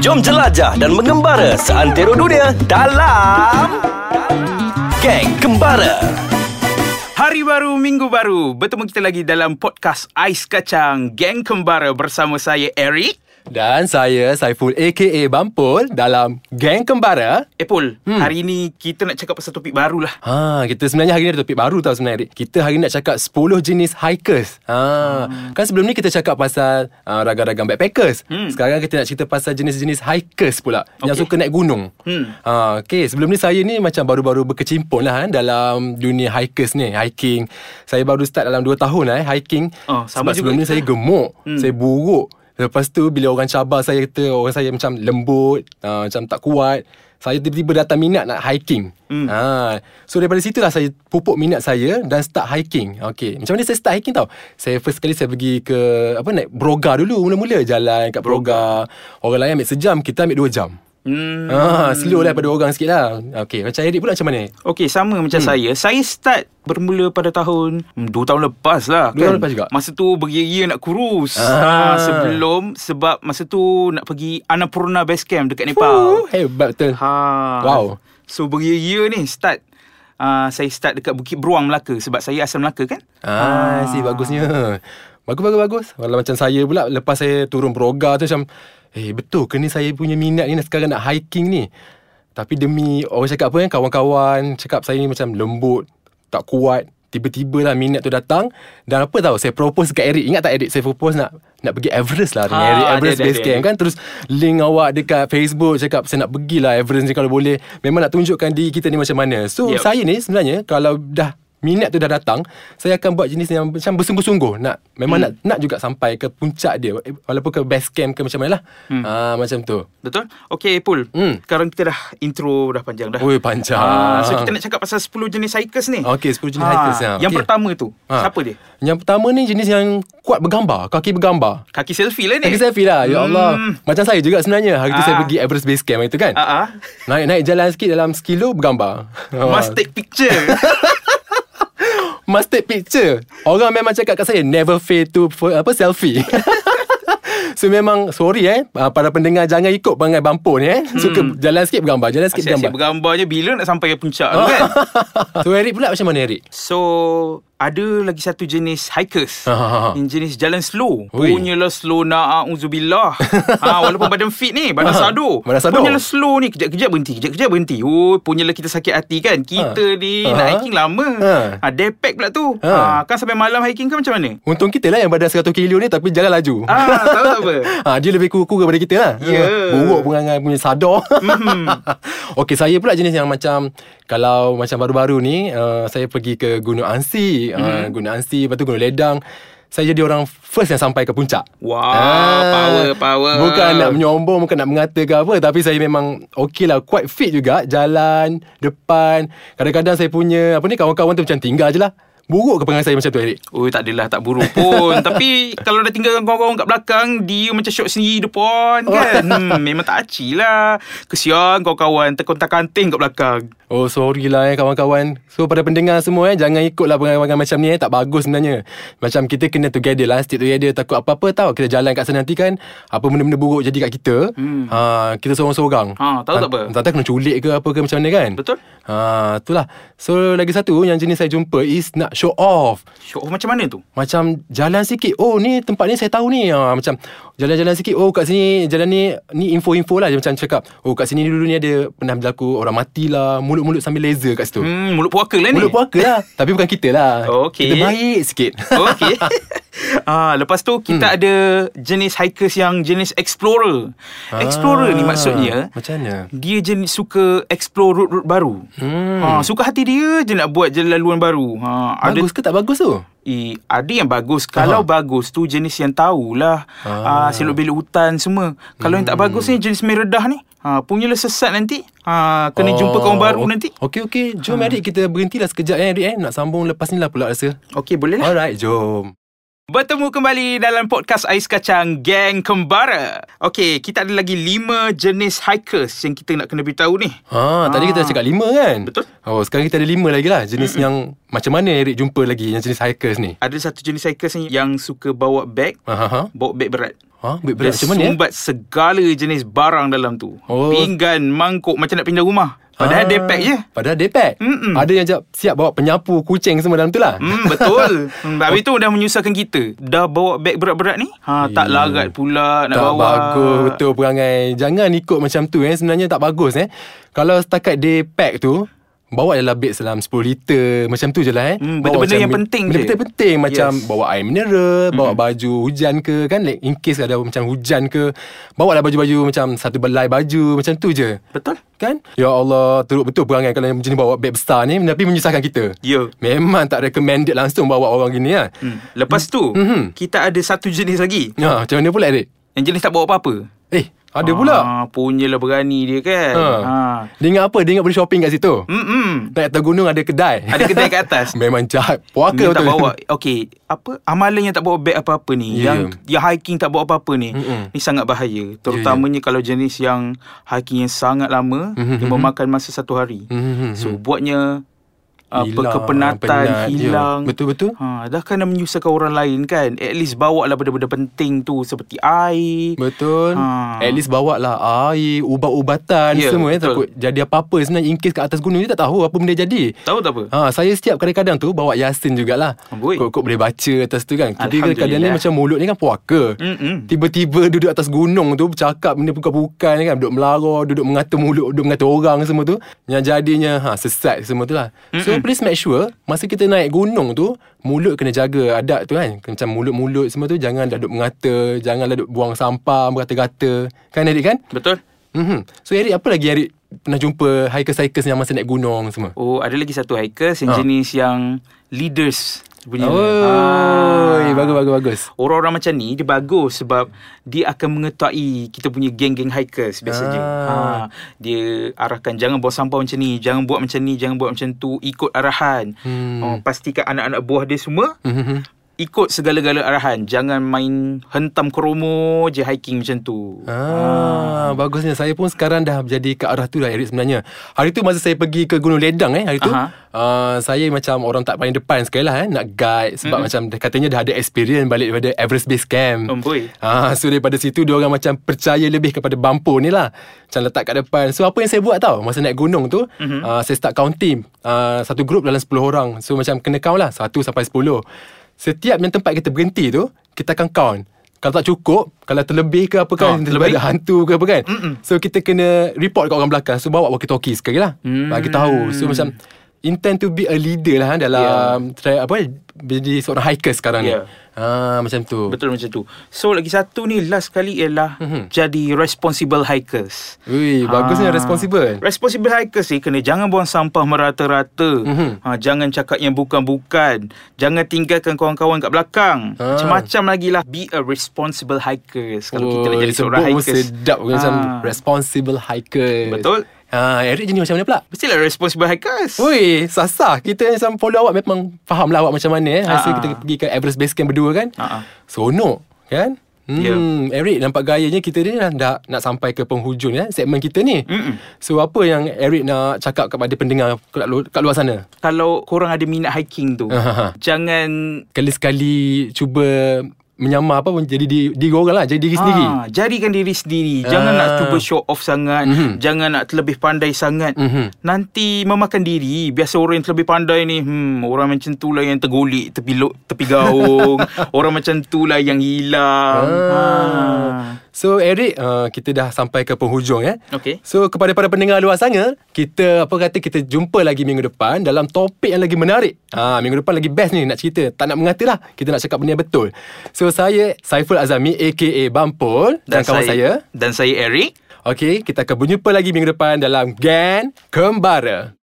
Jom jelajah dan mengembara seantero dunia dalam Geng Kembara. Hari baru, minggu baru. Bertemu kita lagi dalam podcast Ais Kacang Geng Kembara bersama saya Eric. Dan saya Saiful aka Bampul dalam Geng Kembara. Eh Paul, hmm. hari ni kita nak cakap pasal topik baru lah. Ha, kita sebenarnya hari ni ada topik baru tau sebenarnya. Rik. Kita hari ni nak cakap 10 jenis hikers. Ha, hmm. kan sebelum ni kita cakap pasal uh, ragam-ragam backpackers. Hmm. Sekarang kita nak cerita pasal jenis-jenis hikers pula okay. yang suka naik gunung. Hmm. Ha, okay, sebelum ni saya ni macam baru-baru berkecimpung lah kan dalam dunia hikers ni, hiking. Saya baru start dalam 2 tahun lah eh, hiking. Oh, sama Sebab sebelum juga ni saya gemuk, hmm. saya buruk. Lepas tu bila orang cabar saya kata orang saya macam lembut, uh, macam tak kuat. Saya tiba-tiba datang minat nak hiking. Hmm. Ha. So daripada situlah saya pupuk minat saya dan start hiking. Okay. Macam mana saya start hiking tau? Saya first kali saya pergi ke apa naik Broga dulu mula-mula jalan kat Broga. Orang lain ambil sejam, kita ambil dua jam. Hmm. Ha, slow lah daripada orang sikit lah. Okay. Macam Eric pula macam mana? Okey, sama macam hmm. saya. Saya start bermula pada tahun 2 tahun lepas lah. Dua tahun lepas juga? Masa tu bergeria nak kurus. Ah. Ah. sebelum sebab masa tu nak pergi Annapurna Base Camp dekat Nepal. Oh, hebat betul. Ha. Wow. So bergeria ni start Uh, saya start dekat Bukit Beruang Melaka sebab saya asal Melaka kan. Ah, si bagusnya. Bagus bagus bagus. Kalau macam saya pula lepas saya turun beroga tu macam eh betul ke ni saya punya minat ni sekarang nak hiking ni. Tapi demi orang cakap apa kan kawan-kawan cakap saya ni macam lembut, tak kuat. Tiba-tiba lah minat tu datang Dan apa tahu Saya propose kat Eric Ingat tak Eric Saya propose nak Nak pergi Everest lah Dengan Ah, Eric ada, Everest ada, Base ada, Camp ada. kan Terus link awak dekat Facebook Cakap saya nak pergilah Everest ni kalau boleh Memang nak tunjukkan diri kita ni macam mana So Yup. yep. saya ni sebenarnya Kalau dah minat tu dah datang saya akan buat jenis yang macam bersungguh-sungguh nak memang hmm. nak nak juga sampai ke puncak dia eh, walaupun ke base camp ke macam mana lah hmm. ah macam tu Betul? Okey, Paul. Hmm. Sekarang kita dah intro dah panjang dah. Ui, panjang. Ah, so kita nak cakap pasal 10 jenis hikers ni. Ah, Okey, 10 jenis hikers, ya. Yang Okey. Ah. pertama tu, ha. siapa dia? yang pertama ni jenis yang kuat bergambar kaki bergambar Kaki selfie lah ni. kaki selfie lah ya Allah macam saya juga sebenarnya hari tu Ah. saya pergi Everest Base Camp itu kan Ah, ah. naik-naik jalan sikit dalam sekilo bergambar Must take picture. Must take picture Orang memang cakap kat saya Never fail to for, apa selfie So memang sorry eh ah, Para pendengar jangan ikut Perangai bampun ni eh Suka jalan sikit bergambar Jalan sikit Asyik-asyik bergambar bergambar je bila nak sampai ke puncak Oh. tu kan. So Eric pula macam mana Eric? So, ada lagi satu jenis hikers. Ha, ha, ha. Yang jenis jalan slow. Ui. Punyalah slow na'a'udzubillah. ha, walaupun badan fit ni, badan Ha, sado. badan sado. Punyalah slow ni, kejap-kejap berhenti. Kejap-kejap berhenti. Oh, punyalah kita sakit hati kan. Kita Ha. ni Ha. nak hiking lama. Ha. Ha, depek pula tu. Ha. Ha. kan sampai malam hiking kan macam mana? Untung kita lah yang badan 100 kilo ni Tapi jalan laju Ah, tak apa, tak apa. Ah, dia lebih kurus daripada kita lah Ya. Mhm. Buruk perangai punya sadar Okey saya pula jenis yang macam Kalau macam baru-baru ni uh, Saya pergi ke Gunung Ansi Mhm. uh, Gunung Ansi Lepas tu Gunung Ledang Saya jadi orang first yang sampai ke puncak Ah, Wah, Ah, power, power. Bukan nak menyombong Bukan nak mengata ke apa Tapi saya memang Okey lah Quite fit juga Jalan Depan Kadang-kadang saya punya Apa ni kawan-kawan tu macam tinggal je lah Buruk ke perangai saya macam tu Eric Oh tak adalah tak buruk pun Tapi kalau dah tinggalkan kawan-kawan kat belakang Dia macam syok sendiri depan Oh. kan hmm, Memang tak aci lah Kesian kawan-kawan terkontak-kanting kat belakang Oh sorry lah eh kawan-kawan So pada pendengar semua eh Jangan ikutlah perangai-perangai macam ni eh Tak bagus sebenarnya Macam kita kena together lah Stick together Takut apa-apa tau Kita jalan kat sana nanti kan Apa benda-benda buruk jadi kat kita hmm. ha, Kita seorang-seorang Ha, tahu tak apa? Tak tahu kena culik ke apa ke macam mana kan Betul. ha, Itulah So lagi satu yang jenis saya jumpa Is nak show off Syok oh, macam mana tu? macam jalan sikit Oh ni tempat ni saya tahu ni ha, Macam jalan-jalan sikit Oh kat sini jalan ni Ni info-info lah Dia macam cakap Oh kat sini dulu ni ada Pernah berlaku orang mati lah Mulut-mulut sambil laser kat situ hmm. Hmm, mulut puaka lah ni Mulut puaka lah Tapi bukan kita lah Okey. Kita baik sikit Okey. ah, lepas tu kita hmm. ada jenis hikers yang jenis explorer. Explorer Ah, ni maksudnya macam mana? Dia jenis suka explore road-road baru. Hmm. Ha, suka hati dia je nak buat je laluan baru. Ha, ada Bagus ke tak bagus tu? Eh, ada yang bagus Kalau bagus tu jenis yang tahulah ah. ah, Selok-belok hutan semua Kalau yang tak Hmm. bagus ni jenis meredah ni ah, Punyalah sesat nanti ah, Kena oh. jumpa kawan baru o- nanti Ah. Okey okey Jom ha. Eric kita berhentilah sekejap eh Eric eh Nak sambung lepas ni lah pula rasa Okey boleh lah Alright jom Bertemu kembali dalam podcast Ais Kacang Geng Kembara Okey, kita ada lagi 5 jenis hikers yang kita nak kena beritahu ni Ha, tadi kita dah cakap lima kan? Ah. Betul. Oh, sekarang kita ada lima lagi lah. Jenis yang macam mana Eric jumpa lagi yang jenis hikers ni? Ada satu jenis hikers ni yang suka bawa beg Ha, ha, ha. Bawa beg berat Ha? Duit Dia berat macam mana? eh? sumbat segala jenis barang dalam tu. Oh. Pinggan, mangkuk macam nak pindah rumah. Padahal Ah, dia pack je. Padahal dia pack. Mm-mm. Ada yang jap- siap bawa penyapu, kucing semua dalam tu lah. Hmm, betul. hmm, habis tu dah menyusahkan kita. Dah bawa beg berat-berat ni, ha, tak Eh, larat pula nak tak bawa. bagus betul perangai. Jangan ikut macam tu eh. Sebenarnya tak bagus eh. Kalau setakat day pack tu, bawa je lah beg dalam 10 liter. Macam tu je lah eh. Hmm, Bawa benda-benda macam yang min- penting je. Benda-benda penting. Macam Yes. Hmm. bawa air mineral, bawa baju hujan ke kan. Like, in case ada macam hujan ke. Bawa lah baju-baju macam satu belai baju. Macam tu je. Betul. Kan? Ya Allah, teruk betul perangai kalau yang jenis bawa beg besar ni tapi menyusahkan kita. Ya. Memang tak recommended langsung bawa orang gini lah. Hmm. Lepas tu, Mhm. kita ada satu jenis lagi. Ha, macam mana pula adik? Yang jenis tak bawa apa-apa. Eh, ada pula. Ha, punyalah berani dia kan. Ha. Ha. Dia ingat apa? Dia ingat boleh shopping kat situ. Mm-mm. Naik atas gunung ada kedai. Hmm. Ada kedai kat atas. Memang jahat. Puaka Dia tak betul. bawa Okey Apa Amalan yang tak bawa beg apa-apa ni Ya, Yang yang hiking tak bawa apa-apa ni Mm-mm. Ya, Ni sangat bahaya Terutamanya kalau jenis yang Hiking yang sangat lama Mhm, Yang memakan masa satu hari Mhm, mhm. So buatnya apa Hilang, kepenatan penat, ya. hilang Betul-betul. ha, dah kena menyusahkan orang lain kan at least bawa lah benda-benda penting tu seperti air Betul. Ha. At least bawa lah air, ubat-ubatan Ya, semua. Eh. betul. Takut jadi apa-apa. Sebenarnya in case kat atas gunung ni tak tahu apa benda jadi. tahu tak apa Ha, saya setiap kadang-kadang tu bawa Yasin jugalah. Amboi. Kok-kok boleh baca atas tu kan. Kita kadang-kadang ni Alhamdulillah. macam mulut ni kan puaka. Mm-mm. Tiba-tiba duduk atas gunung tu bercakap benda bukan-bukan kan. Duduk melara, duduk mengata mulut, duduk mengata orang semua tu. Yang jadinya ha, sesat semua tu lah. So please make sure masa kita naik gunung tu mulut kena jaga adat tu kan. Macam mulut-mulut semua tu jangan dah duduk mengata, jangan dah duduk buang sampah, berkata-kata. Kan Erik kan? betul Mm-hmm. So Erik apa lagi Erik pernah jumpa hikers-hikers yang masa naik gunung semua? oh ada lagi satu hikers yang Ha. jenis yang leaders punya Oh, Ah. bagus bagus bagus. Orang-orang macam ni Dia bagus sebab Dia akan mengetuai Kita punya geng-geng hikers Biasanya Ah. ha, Dia arahkan Jangan buang sampah macam ni Jangan buat macam ni Jangan buat macam tu Ikut arahan hmm. oh, Pastikan anak-anak buah dia semua Mhm. Ikut segala-gala arahan Jangan main Hentam keromo je Hiking macam tu Ah, bagusnya saya pun sekarang dah jadi ke arah tu lah Eric sebenarnya. Hari tu masa saya pergi ke Gunung Ledang eh hari tu, Aha. uh, saya macam orang tak paling depan sekali lah eh nak guide sebab mm-hmm. macam dia- katanya dah ada experience balik daripada Everest Base Camp. Amboi. Ah, so daripada situ dia orang macam percaya lebih kepada bampo ni lah. Macam letak kat depan. So apa yang saya buat tau masa naik gunung tu, mm-hmm. uh, saya start counting. Uh, satu group dalam 10 orang. So macam kena count lah 1 sampai 10. Setiap yang tempat kita berhenti tu, kita akan count. Kalau tak cukup, kalau terlebih ke apa Ah, kan, terlebih. terlebih ada hantu ke apa kan. Mm-mm. So kita kena report kat orang belakang. So bawa walkie-talkie sekali lah. Hmm. Mm. Bagi tahu. So macam intend to be a leader lah dalam yeah. try, apa jadi seorang hiker sekarang Yeah. ni. Ah macam tu. Betul macam tu So lagi satu ni Last sekali ialah Jadi responsible hikers Ui, Mhm. Ha. bagusnya responsible. Responsible hikers ni kena jangan buang sampah merata-rata. Mhm. Mm-hmm. Ha, jangan cakap yang bukan-bukan. Jangan tinggalkan kawan-kawan kat belakang. Ha. Macam-macam lagi lah. Be a responsible hikers. Kalau kita nak jadi sebut seorang pun hikers. Sedap ha. macam Ha. responsible hiker. Betul. Ha, Eric jenis macam mana pula? Mestilah responsible hikers. Ui, sasah. Kita macam follow awak memang faham lah awak macam mana eh. Ha, ha. Hasil kita pergi ke Everest Base Camp berdua kan. Ha, ha. Seronok kan? Hmm, Ya. Eric nampak gayanya kita ni dah nak, nak sampai ke penghujung ya, segmen kita ni. Mm-mm. So apa yang Eric nak cakap kepada pendengar kat, lu- kat luar sana? Kalau korang ada minat hiking tu. Ha, ha. Jangan... Sekali-sekali cuba menyamar apa menjadi di, diri orang lah, jadi diri sendiri. Ha, jadikan diri sendiri. Jangan Ah. nak cuba show off sangat. Mhm. Jangan nak terlebih pandai sangat. Mhm. Nanti memakan diri. Biasa orang yang terlebih pandai ni, hmm, orang macam tu lah yang tergolik tepi, lo, tepi gaung. orang macam tu lah yang hilang. Ah. Ha. So Eric uh, Kita dah sampai ke penghujung eh Okey. So kepada para pendengar luar sana Kita apa kata Kita jumpa lagi minggu depan Dalam topik yang lagi menarik ha, Minggu depan lagi best ni Nak cerita Tak nak mengata lah Kita nak cakap benda yang betul So saya Saiful Azami A.K.A. Bampol Dan, dan kawan saya, saya. Dan saya Eric. Okay Kita akan berjumpa lagi minggu depan Dalam Gen Kembara